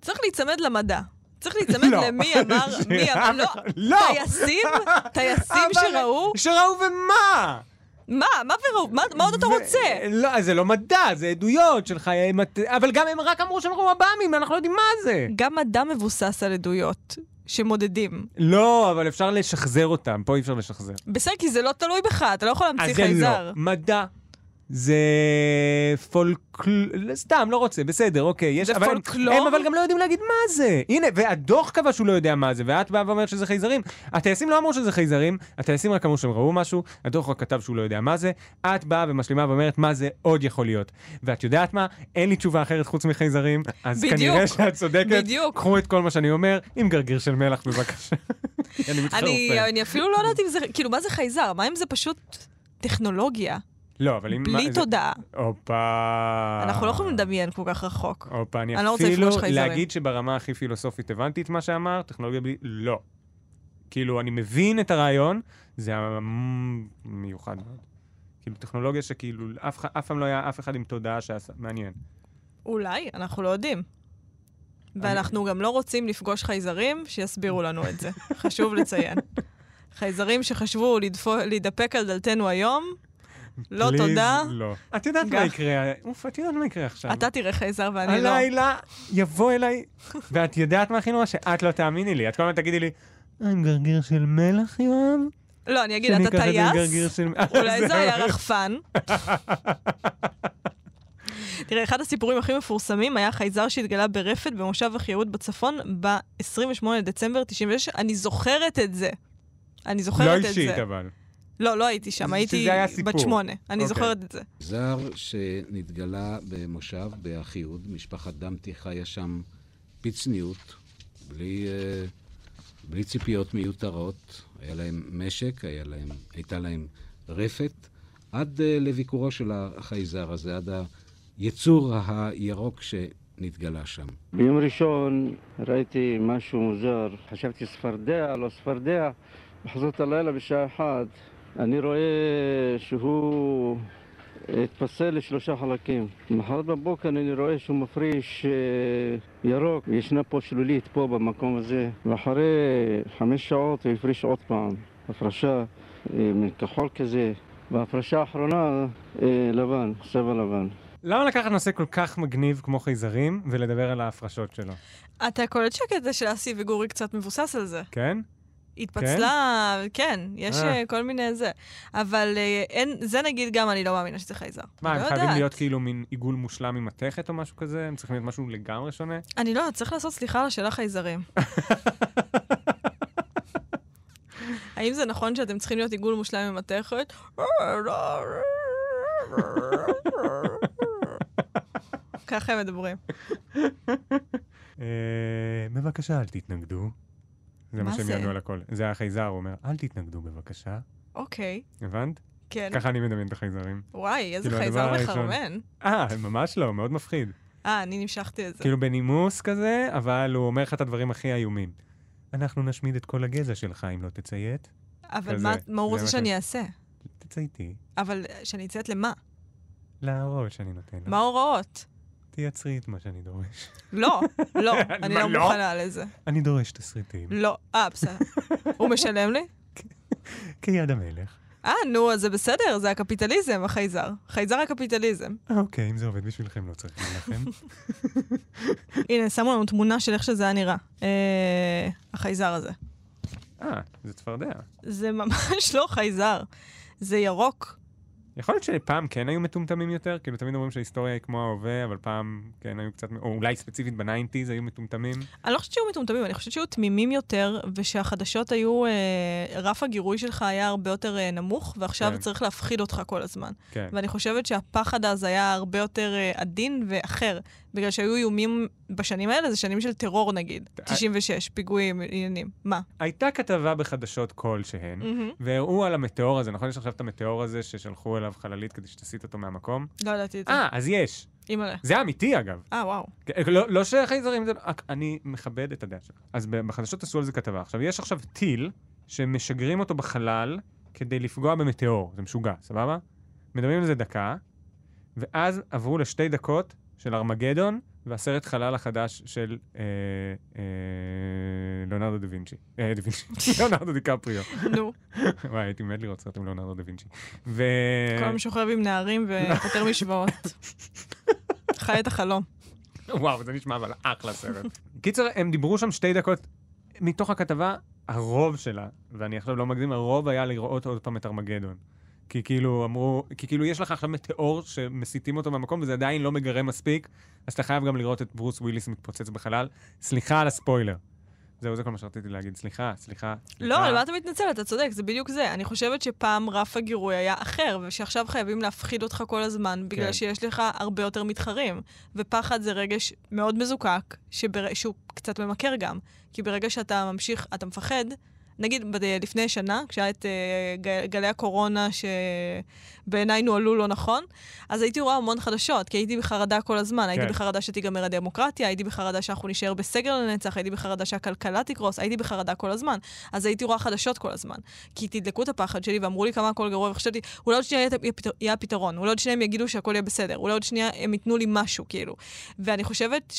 D: צריך להיצמד למדע. צריך להיצמד
C: לא.
D: למי
C: [LAUGHS]
D: אמר, מי אמר, לא,
C: לא.
D: טייסים,
C: [LAUGHS]
D: טייסים
C: אבל-
D: שראו,
C: שראו ומה?
D: מה, מה וראו, מה מה עוד אתה רוצה?
C: לא, זה לא מדע, זה עדויות של חיי... מת- אבל גם הם רק אמרו שהם ראו עב"מים, אנחנו לא יודעים מה זה.
D: גם מדע מבוסס על עדויות שמודדים.
C: לא, אבל אפשר לשחזר אותם, פה אי אפשר לשחזר.
D: בסדר, כי זה לא תלוי בך, אתה לא יכול
C: אז
D: להמציא
C: זה
D: חייזר.
C: לא. מדע. זה פולקלור, סתם, לא רוצה, בסדר, אוקיי. יש,
D: זה
C: אבל הם-
D: פולקלור?
C: הם אבל גם לא יודעים להגיד מה זה. הנה, והדוח קבע שהוא לא יודע מה זה, ואת באה ואומרת שזה חייזרים. הטייסים לא אמרו שזה חייזרים, הטייסים רק אמרו שהם ראו משהו, הדוח רק כתב שהוא לא יודע מה זה, את באה ומשלימה ואומרת מה זה עוד יכול להיות. ואת יודעת מה? אין לי תשובה אחרת חוץ מחייזרים, אז
D: בדיוק.
C: כנראה שאת צודקת.
D: בדיוק.
C: קחו את כל מה שאני אומר, עם גרגיר של מלח בבקשה. [LAUGHS] אני מתחרפן.
D: אני אני אפילו לא יודעת אם זה, כאילו, מה זה חייזר? מה אם זה פשוט טכנולוגיה?
C: לא, אבל אם...
D: בלי
C: מה- זה- אה.
D: תודעה.
C: הופה.
D: אנחנו לא יכולים לדמיין כל כך רחוק.
C: הופה, אני
D: אני לא רוצה
C: אפילו
D: לפגוש חייזרים.
C: להגיד שברמה הכי פילוסופית הבנתי את מה שאמרת, טכנולוגיה בלי... לא. כאילו, אני מבין את הרעיון, זה מיוחד מאוד. כאילו, טכנולוגיה שכאילו, אף, ח- אף פעם לא היה אף אחד עם תודעה שעשה... מעניין.
D: אולי, אנחנו לא יודעים. ואנחנו גם לא רוצים לפגוש חייזרים שיסבירו לנו את זה.
C: [LAUGHS]
D: חשוב לציין. חייזרים שחשבו לדפו- להידפק על דלתנו היום, לא
C: Please,
D: תודה.
C: לא. את יודעת
D: גם.
C: מה יקרה, אוף, את יודעת מה יקרה עכשיו.
D: אתה תראה חייזר ואני לא.
C: הלילה יבוא אליי, ואת יודעת מה הכי נורא? שאת לא תאמיני לי. את כל הזמן תגידי לי, "אה, עם גרגיר של מלח, יואב?
D: לא, אני אגיד,
C: שאני
D: אתה
C: כזה עם גרגיר
D: טייס,
C: של- [LAUGHS]
D: אולי זה
C: זהו.
D: היה רחפן. תראה, אחד הסיפורים הכי מפורסמים היה חייזר שהתגלה ברפת במושב החייאות בצפון ב-28 לדצמבר 96. אני זוכרת את זה. אני זוכרת
C: לא
D: את זה.
C: אישית, אבל.
D: לא, לא הייתי שם,
M: שזה
D: הייתי
M: היה סיפור.
D: בת שמונה. אני
M: אוקיי.
D: זוכרת את זה.
M: זר שנתגלה במושב באחיהוד, משפחת דמתי חיה שם בצניעות, בלי, אה, בלי ציפיות מיותרות. היה להם משק, היה להם, הייתה להם רפת, עד אה, לביקורו של החייזר הזה, עד היצור הירוק שנתגלה שם.
N: ביום ראשון ראיתי משהו מוזר, חשבתי צפרדע, לא צפרדע, בחזות הלילה בשעה אחת אני רואה שהוא התפצל לשלושה חלקים. מחרת בבוקר אני רואה שהוא מפריש אה, ירוק, ישנה פה שלולית פה במקום הזה, ואחרי חמש שעות הוא הפריש עוד פעם, הפרשה אה, מכחול כזה, וההפרשה האחרונה אה, לבן, צבע לבן.
C: למה לקחת נושא כל כך מגניב כמו חייזרים ולדבר על ההפרשות שלו?
D: אתה קולט שהקטע של אסי וגורי קצת מבוסס על זה.
C: כן?
D: התפצלה, כן, יש
C: אה.
D: אה, כל מיני זה. אבל אה, אין, זה נגיד גם אני לא מאמינה שזה חייזר.
C: מה,
D: אני
C: הם
D: לא
C: חייבים
D: יודעת.
C: להיות כאילו מין עיגול מושלם עם מתכת או משהו כזה? הם צריכים להיות משהו לגמרי
D: [LAUGHS]
C: שונה?
D: אני לא, יודעת, צריך לעשות סליחה על השאלה
C: [LAUGHS]
D: חייזרים. האם זה נכון שאתם צריכים להיות עיגול מושלם עם מתכת? ככה הם מדברים.
C: אה, בבקשה, אל תתנגדו. זה מה
D: מה
C: שהם
D: זה?
C: יענו על הכל. זה החייזר, הוא אומר, אל תתנגדו בבקשה.
D: אוקיי,
C: הבנת?
D: כן.
C: ככה אני מדמיין את
D: [LAUGHS]
C: החייזרים.
D: וואי, איזה
C: כאילו,
D: חייזר
C: הדבר הראשון-
D: מחרמן.
C: אה, ממש לא, מאוד מפחיד.
D: אה, אני נמשכתי לזה.
C: כאילו בנימוס כזה, אבל הוא אומר לך את הדברים הכי איומים. אנחנו נשמיד את כל הגזע שלך אם לא תציית.
D: אבל
C: כזה.
D: מה- מה הוא
C: זה
D: רוצה
C: ש-
D: שאני אעשה?
C: תצייתי.
D: אבל אה, שאני אצאת למה?
C: להראות שאני נותן לך.
D: מה ההוראות?
C: תייצרי את מה שאני דורש.
D: לא,
C: [LAUGHS]
D: לא,
C: מה,
D: אני לא
C: לא?
D: מוכנה לזה.
C: אני דורש [LAUGHS] תסריטים.
D: לא, אה, בסדר. הוא משלם לי?
C: כיד המלך.
D: אה, נו, אז זה בסדר, זה הקפיטליזם, החייזר. חייזר הקפיטליזם.
C: אה, אוקיי, אם זה עובד בשבילכם, לא צריך לכם.
D: הנה, שמו לנו תמונה של איך שזה היה נראה. אה, החייזר הזה.
C: [LAUGHS] אה, זה צפרדע.
D: זה [LAUGHS] ממש לא חייזר, זה ירוק.
C: יכול להיות שפעם כן היו מטומטמים יותר, כאילו תמיד אומרים שההיסטוריה היא כמו ההווה, אבל פעם כן היו קצת, או אולי ספציפית בניינטיז היו מטומטמים.
D: אני לא חושבת שהיו מטומטמים, אני חושבת שהיו תמימים יותר, ושהחדשות היו, אה, רף הגירוי שלך היה הרבה יותר אה, נמוך, ועכשיו
C: כן.
D: צריך להפחיד אותך כל הזמן.
C: כן.
D: ואני חושבת שהפחד אז היה הרבה יותר אה, עדין ואחר, בגלל שהיו איומים בשנים האלה, זה שנים של טרור נגיד, 96, פיגועים, עניינים. מה?
C: הייתה כתבה בחדשות כלשהן,
D: מהמם.
C: והראו על המטאור הזה, נכון? יש עכשיו את המטאור הזה ששלחו אליו חללית כדי שתסיט אותו מהמקום?
D: לא ידעתי את זה.
C: אה, אז יש.
D: אימא'לה.
C: זה אמיתי, אגב.
D: אה, וואו.
C: כן, לא, לא שחייזרים זה... רק אני מכבד את הדעה שלך. אז ב- בחדשות עשו על זה כתבה. עכשיו, יש עכשיו טיל שמשגרים אותו בחלל כדי לפגוע במטאור. זה משוגע, סבבה? מדברים על זה דקה, ואז עברו לשתי דקות של ארמגדון והסרט חלל החדש של אה, אה, ליאונרדו דה וינצ'י. אה, דה וינצ'י. [LAUGHS] ליאונרדו דיקפריו.
D: נו.
C: וואי, הייתי מת לראות סרט עם ליאונרדו דה וינצ'י. ו...
D: כולם שוכב עם נערים ופותר משוואות. חי את החלום.
C: [LAUGHS] וואו, זה נשמע אבל אחלה סרט. [LAUGHS] קיצר, הם דיברו שם שתי דקות מתוך הכתבה, הרוב שלה, ואני עכשיו לא מגזים, הרוב היה לראות עוד פעם את ארמגדון. כי כאילו אמרו, כי כאילו יש לך עכשיו מטאור שמסיתים אותו מהמקום וזה עדיין לא מגרה מספיק, אז אתה חייב גם לראות את ברוס וויליס מתפוצץ בחלל. סליחה על הספוילר. זהו, זה כל מה שרציתי להגיד. סליחה, סליחה, סליחה.
D: לא, על מה אתה מתנצל? אתה צודק, זה בדיוק זה. אני חושבת שפעם רף הגירוי היה אחר, ושעכשיו חייבים להפחיד אותך כל הזמן, בגלל
C: כן.
D: שיש לך הרבה יותר מתחרים. ופחד זה רגש מאוד מזוקק, שבר... שהוא קצת ממכר גם. כי ברגע שאתה ממשיך, אתה מפחד. נגיד, ב- לפני שנה, כשהיה את אה, ג- גלי הקורונה, שבעיניי נוהלו לא נכון, אז הייתי רואה המון חדשות, כי הייתי בחרדה כל הזמן. הייתי
O: כן.
D: בחרדה שתיגמר הדמוקרטיה, הייתי בחרדה שאנחנו נישאר בסגר לנצח, הייתי בחרדה שהכלכלה תקרוס, הייתי בחרדה כל הזמן. אז הייתי רואה חדשות כל הזמן. כי תדלקו את הפחד שלי ואמרו לי כמה הכל גרוע, וחשבתי, אולי עוד שנייה יהיה את הפת- יהיה הפתרון, אולי עוד שנייה הם יגידו שהכל יהיה בסדר, אולי עוד שנייה הם ייתנו לי משהו, כאילו. ואני חושבת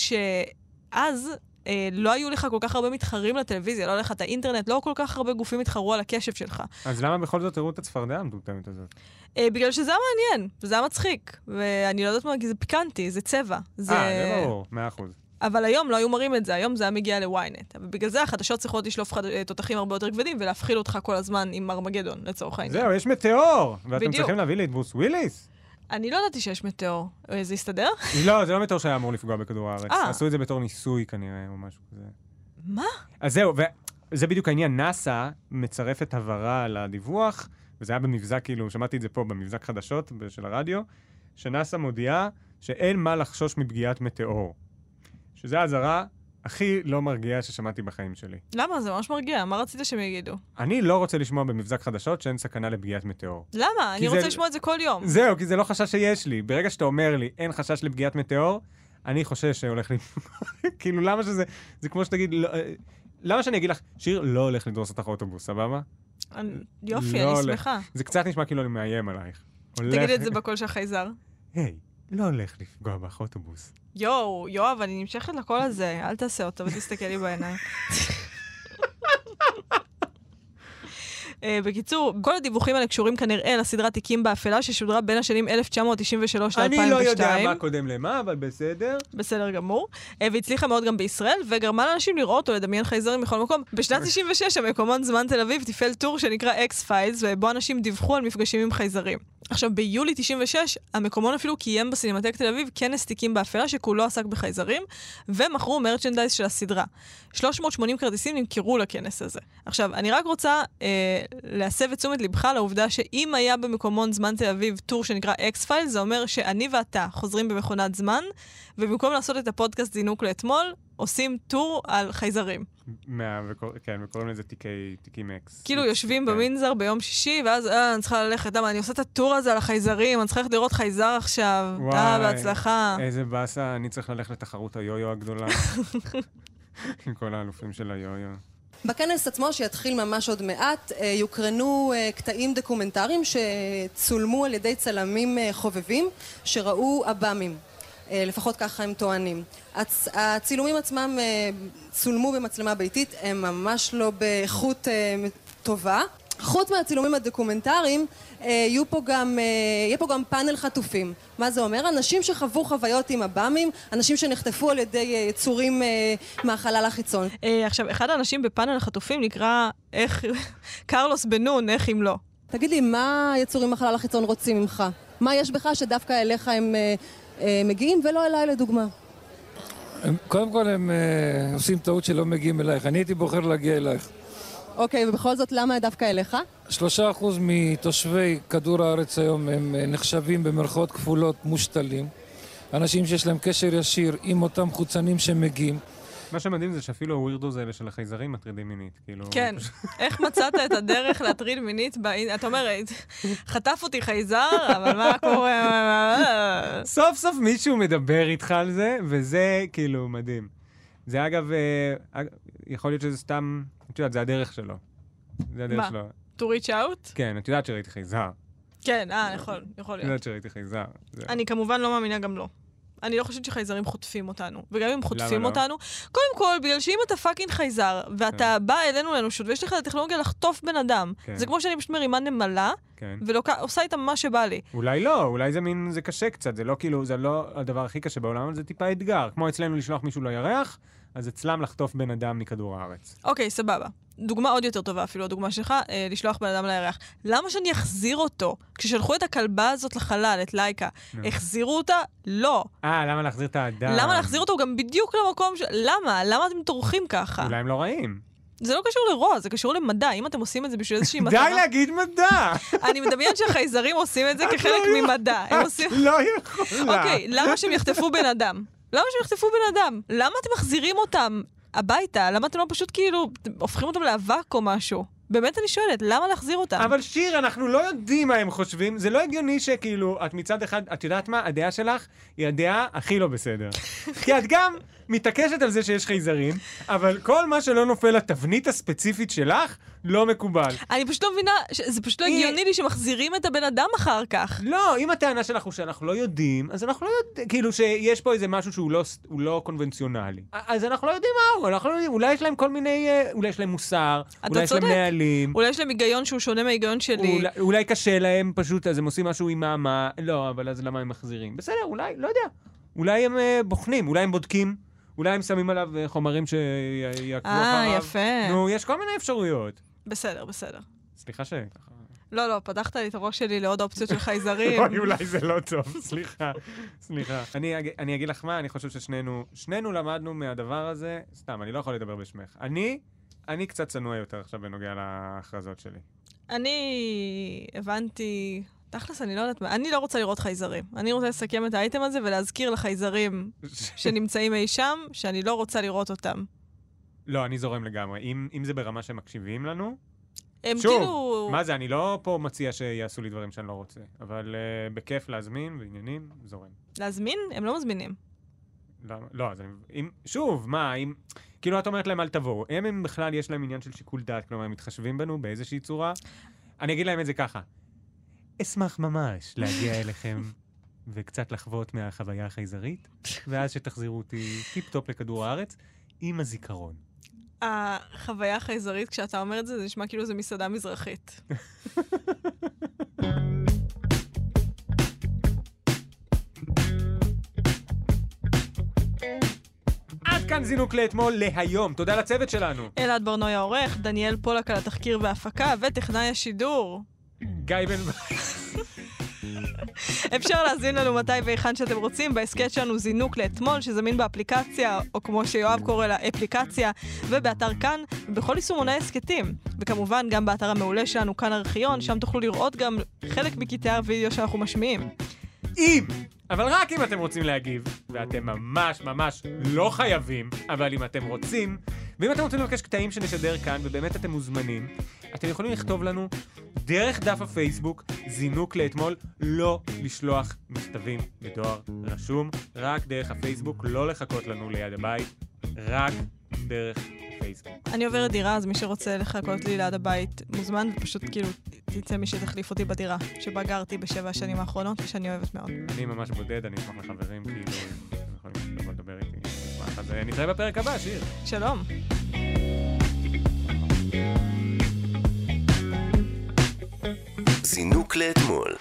D: שאז... אה, לא היו לך כל כך הרבה מתחרים לטלוויזיה, לא היה לך את האינטרנט, לא כל כך הרבה גופים התחרו על הקשב שלך.
C: אז למה בכל זאת הראו את הצפרדע המטומטמת הזאת?
D: אה, בגלל שזה היה מעניין, וזה היה מצחיק. ואני לא יודעת מה, כי זה פיקנטי, זה צבע. זה...
C: אה, זה ברור, מאה אחוז.
D: אבל היום לא היו מראים את זה, היום זה היה מגיע ל-ynet. אבל בגלל זה החדשות צריכות לשלוף חד... אה, תותחים הרבה יותר כבדים ולהפחיד אותך כל הזמן עם ארמגדון, לצורך העניין.
C: זהו, יש מטאור! ואתם
D: בדיוק.
C: צריכים להביא לי את ברוס וויליס.
D: אני לא ידעתי שיש מטאור. אה, זה הסתדר? [LAUGHS]
C: לא, זה לא מטאור שהיה אמור לפגוע בכדור הארץ.
D: אה.
C: עשו את זה בתור ניסוי כנראה, או משהו כזה.
D: מה?
C: אז זהו, וזה בדיוק העניין. נאסא מצרפת הבהרה לדיווח, וזה היה במבזק, כאילו, שמעתי את זה פה, במבזק חדשות ב- של הרדיו, שנאסא מודיעה שאין מה לחשוש מפגיעת מטאור. שזו האזהרה הכי לא מרגיעה ששמעתי בחיים שלי.
D: למה? זה ממש מרגיע, מה רצית שהם יגידו?
C: אני לא רוצה לשמוע במבזק חדשות שאין סכנה לפגיעת מטאור.
D: למה?
C: כי
D: אני
C: זה-
D: רוצה לשמוע את זה כל
C: [LAUGHS]
D: יום.
C: זהו, כי זה לא חשש שיש לי. ברגע שאתה אומר לי, אין חשש לפגיעת מטאור, אני חושש שהולך לי... [LAUGHS] כאילו, למה שזה... זה כמו שתגיד... לא, אה, למה שאני אגיד לך, שיר לא הולך לדרוס אותך אוטובוס, סבבה?
D: אני- יופי,
C: לא
D: אני
C: הולך.
D: שמחה.
C: זה קצת נשמע כאילו אני מאיים עלייך. הולך-
D: תגיד את זה בקול של חייזר.
C: היי, לא הולך לפגוע בך אוטובוס.
D: יואו, יואב, אני נמשכת לקול הזה, אל תעשה אותו ותסתכל לי בעיניים. אה, בקיצור, כל הדיווחים האלה קשורים כנראה לסדרת תיקים באפלה ששודרה בין השנים 1993 ל-2002.
C: אני לא יודע מה קודם למה, אבל בסדר.
D: בסדר גמור, אה, והצליחה מאוד גם בישראל, וגרמה לאנשים לראות או לדמיין חייזרים בכל מקום. בשנת 96 המקומון זמן תל אביב תפעל טור שנקרא אקס פיילס, ובו אנשים דיווחו על מפגשים עם חייזרים. עכשיו, ביולי 96, המקומון אפילו קיים בסינמטק תל אביב כנס תיקים באפלה שכולו עסק בחייזרים, ומכרו מרצ'נדייז של הסדרה. 380 כרטיסים נמכרו לכנס הזה. עכשיו, אני רק רוצה אה, להסב את תשומת לבך לעובדה שאם היה במקומון זמן תל אביב טור שנקרא אקס פייל, זה אומר שאני ואתה חוזרים במכונת זמן, ובמקום לעשות את הפודקאסט זינוק לאתמול, עושים טור על חייזרים.
C: מה- וקור- כן, וקוראים לזה תיקי- תיקים אקס.
D: כאילו
C: כן.
D: יושבים במנזר ביום שישי, ואז אה, אני צריכה ללכת, למה אני עושה את הטור הזה על החייזרים, אני צריכה ללכת לראות חייזר עכשיו. אה,
C: וואי, אה.
D: בהצלחה.
C: איזה באסה, אני צריך ללכת לתחרות היו-יו
D: [LAUGHS]
C: הגדולה. עם כל האלופים של היו-יו.
O: בכנס עצמו, שיתחיל ממש עוד מעט, אה, יוקרנו אה, קטעים דוקומנטריים שצולמו על ידי צלמים אה, חובבים שראו עב"מים. אה, לפחות ככה הם טוענים. הצ- הצילומים עצמם אה, צולמו במצלמה ביתית, הם ממש לא באיכות אה, טובה. חוץ מהצילומים הדוקומנטריים, אה, יהיו פה גם, אה, יהיה פה גם פאנל חטופים. מה זה אומר? אנשים שחוו חוויות עם עב"מים, אנשים שנחטפו על ידי אה, יצורים אה, מהחלל החיצון.
D: אה, עכשיו, אחד האנשים בפאנל החטופים נקרא, איך, [LAUGHS] קרלוס בן נון, איך אם לא.
O: תגיד לי, מה היצורים בחלל החיצון רוצים ממך? מה יש בך שדווקא אליך הם אה, אה, מגיעים ולא אליי לדוגמה?
P: הם- קודם כל הם אה, עושים טעות שלא מגיעים אלייך. אני הייתי בוחר להגיע אלייך.
O: אוקיי, ובכל זאת, למה דווקא אליך?
P: שלושה אחוז מתושבי כדור הארץ היום הם אה, נחשבים במרכאות כפולות מושתלים. אנשים שיש להם קשר ישיר עם אותם חוצנים שמגיעים.
C: מה שמדהים זה שאפילו הווירדוז האלה של החייזרים מטרידים מינית, כאילו...
D: כן. איך מצאת את הדרך להטריד מינית באינ... את אומרת, חטף אותי חייזר, אבל מה קורה?
C: [LAUGHS] סוף סוף מישהו מדבר איתך על זה, וזה כאילו מדהים. זה אגב, אה, אג- יכול להיות שזה סתם, את יודעת, זה הדרך שלו. זה הדרך
D: מה?
C: שלו.
D: To reach out?
C: כן, את יודעת שראיתי חייזר.
D: כן, אה, יכול, יכול
C: את
D: להיות.
C: יודעת שראיתי חייזר. זה-
D: אני כמובן לא מאמינה גם לו. אני לא חושבת שחייזרים חוטפים אותנו. וגם אם חוטפים
C: לא?
D: אותנו, קודם כל, בגלל שאם אתה פאקינג חייזר, ואתה בא אלינו לנושות, ויש לך את הטכנולוגיה לחטוף בן אדם,
C: כן.
D: זה כמו שאני פשוט מרימה נמלה,
C: כן.
D: ועושה איתה מה שבא לי.
C: אולי לא, אולי זה מין, זה קשה קצת, זה לא כאילו, זה לא הדבר הכי קשה בעולם, אבל זה טיפה אתגר. כמו אצלנו לשלוח מישהו לירח, אז אצלם לחטוף בן אדם מכדור הארץ.
D: אוקיי, סבבה. דוגמה עוד יותר טובה אפילו, הדוגמה שלך, אה, לשלוח בן אדם לירח. למה שאני אחזיר אותו? כששלחו את הכלבה הזאת לחלל, את לייקה,
C: נו.
D: החזירו אותה? לא.
C: אה, למה להחזיר את האדם?
D: למה להחזיר אותו גם בדיוק למקום ש... למה? למה אתם טורחים ככה?
C: אולי הם לא רעים.
D: זה לא קשור לרוע, זה קשור למדע. אם אתם עושים את זה בשביל
C: [LAUGHS]
D: איזושהי
C: די
D: מטרה...
C: להגיד מדע!
D: אני מדמיינת שהחייזרים עושים את זה כחלק ממדע. הם עושים...
C: לא יכולה.
D: אוקיי, למה שהם יחטפו בן אדם? למה שהם יחטפו בן אדם? למה אתם מחזירים אותם הביתה? למה אתם לא פשוט כאילו הופכים אותם לאבק או משהו? באמת אני שואלת, למה להחזיר אותם?
C: אבל שיר, אנחנו לא יודעים מה הם חושבים. זה לא הגיוני שכאילו, את מצד אחד, את יודעת מה? הדעה שלך היא הדעה הכי לא
D: [LAUGHS]
C: בסדר. כי את גם מתעקשת על זה שיש חייזרים, אבל כל מה שלא נופל לתבנית הספציפית שלך, לא מקובל.
D: אני פשוט לא מבינה, ש- זה פשוט לא הגיוני לי שמחזירים את הבן אדם אחר כך.
C: לא, אם הטענה שלך הוא שאנחנו לא יודעים, אז אנחנו לא יודעים, כאילו שיש פה איזה משהו שהוא לא, ס- הוא לא קונבנציונלי. אז אנחנו לא יודעים מה הוא, אנחנו לא יודעים, אולי יש להם כל מיני, אה, אולי יש להם מוסר,
D: אתה
C: אולי יש להם
D: צודק.
C: נהלים.
D: אולי יש להם היגיון שהוא שונה מההיגיון שלי.
C: אולי, אולי קשה להם פשוט, אז הם עושים משהו עם מאמה, לא, אבל אז למה הם מחזירים? בסדר, אולי, לא יודע. אולי הם אה, בוחנים, אולי הם בודקים, אולי הם שמים עליו אה, חומרים שיעקבו
D: אה,
C: אחריו.
D: יפה.
C: נו, יש כל מיני אפשרויות.
D: בסדר, בסדר.
C: סליחה ש...
D: לא, לא, פתחת לי את הראש שלי לעוד אופציות של חייזרים.
C: [LAUGHS] אוי, אולי זה לא טוב, סליחה, סליחה. אני, אג- אני אגיד לך מה, אני חושב ששנינו, שנינו למדנו מהדבר הזה, סתם, אני לא יכול לדבר בשמך. אני, אני קצת צנוע יותר עכשיו בנוגע להכרזות שלי.
D: אני הבנתי, תכלס, אני לא יודעת מה, אני לא רוצה לראות חייזרים. אני רוצה לסכם את האייטם הזה ולהזכיר לחייזרים שנמצאים אי שם, שאני לא רוצה לראות אותם.
C: לא, אני זורם לגמרי. אם, אם זה ברמה שמקשיבים לנו...
D: הם
C: שוב,
D: כאילו-
C: מה זה, אני לא פה מציע שיעשו לי דברים שאני לא רוצה, אבל uh, בכיף להזמין ועניינים, זורם.
D: להזמין? הם לא מזמינים.
C: למה- לא, אז אני... אם, שוב, מה, אם... כאילו, את אומרת להם אל תבואו. הם, הם בכלל, יש להם עניין של שיקול דעת, כלומר, הם מתחשבים בנו באיזושהי צורה. אני אגיד להם את זה ככה. אשמח ממש להגיע אליכם [LAUGHS] וקצת לחוות מהחוויה החייזרית, ואז שתחזירו אותי טיפ-טופ לכדור הארץ, עם הזיכרון.
D: החוויה החייזרית, כשאתה אומר את זה, זה נשמע כאילו זה מסעדה מזרחית.
C: עד כאן זינוק לאתמול להיום. תודה לצוות שלנו.
D: אלעד ברנוי העורך, דניאל פולק על התחקיר וההפקה, וטכנאי השידור.
C: גיא בן וייס.
D: אפשר להזין לנו מתי והיכן שאתם רוצים, בהסכת שלנו זינוק לאתמול, שזמין באפליקציה, או כמו שיואב קורא לה, אפליקציה, ובאתר כאן, ובכל יישומוני הסכתים. וכמובן, גם באתר המעולה שלנו, כאן ארכיון, שם תוכלו לראות גם חלק מקטעי הווידאו שאנחנו משמיעים.
C: אם, אבל רק אם אתם רוצים להגיב, ואתם ממש ממש לא חייבים, אבל אם אתם רוצים, ואם אתם רוצים לבקש קטעים שנשדר כאן, ובאמת אתם מוזמנים, אתם יכולים לכתוב לנו דרך דף הפייסבוק, זינוק לאתמול, לא לשלוח מכתבים בדואר רשום, רק דרך הפייסבוק, לא לחכות לנו ליד הבית, רק דרך פייסבוק.
D: אני עוברת דירה, אז מי שרוצה לחכות לי ליד הבית מוזמן, ופשוט כאילו תצא מי שתחליף אותי בדירה, שבה גרתי בשבע השנים האחרונות, ושאני אוהבת מאוד.
C: אני ממש בודד, אני אשמח לחברים, כאילו, אם אתם יכולים לבוא לדבר איתי. נשמח. אז אה, נתראה בפרק הבא, שיר.
D: שלום.
B: זינוק לאתמול.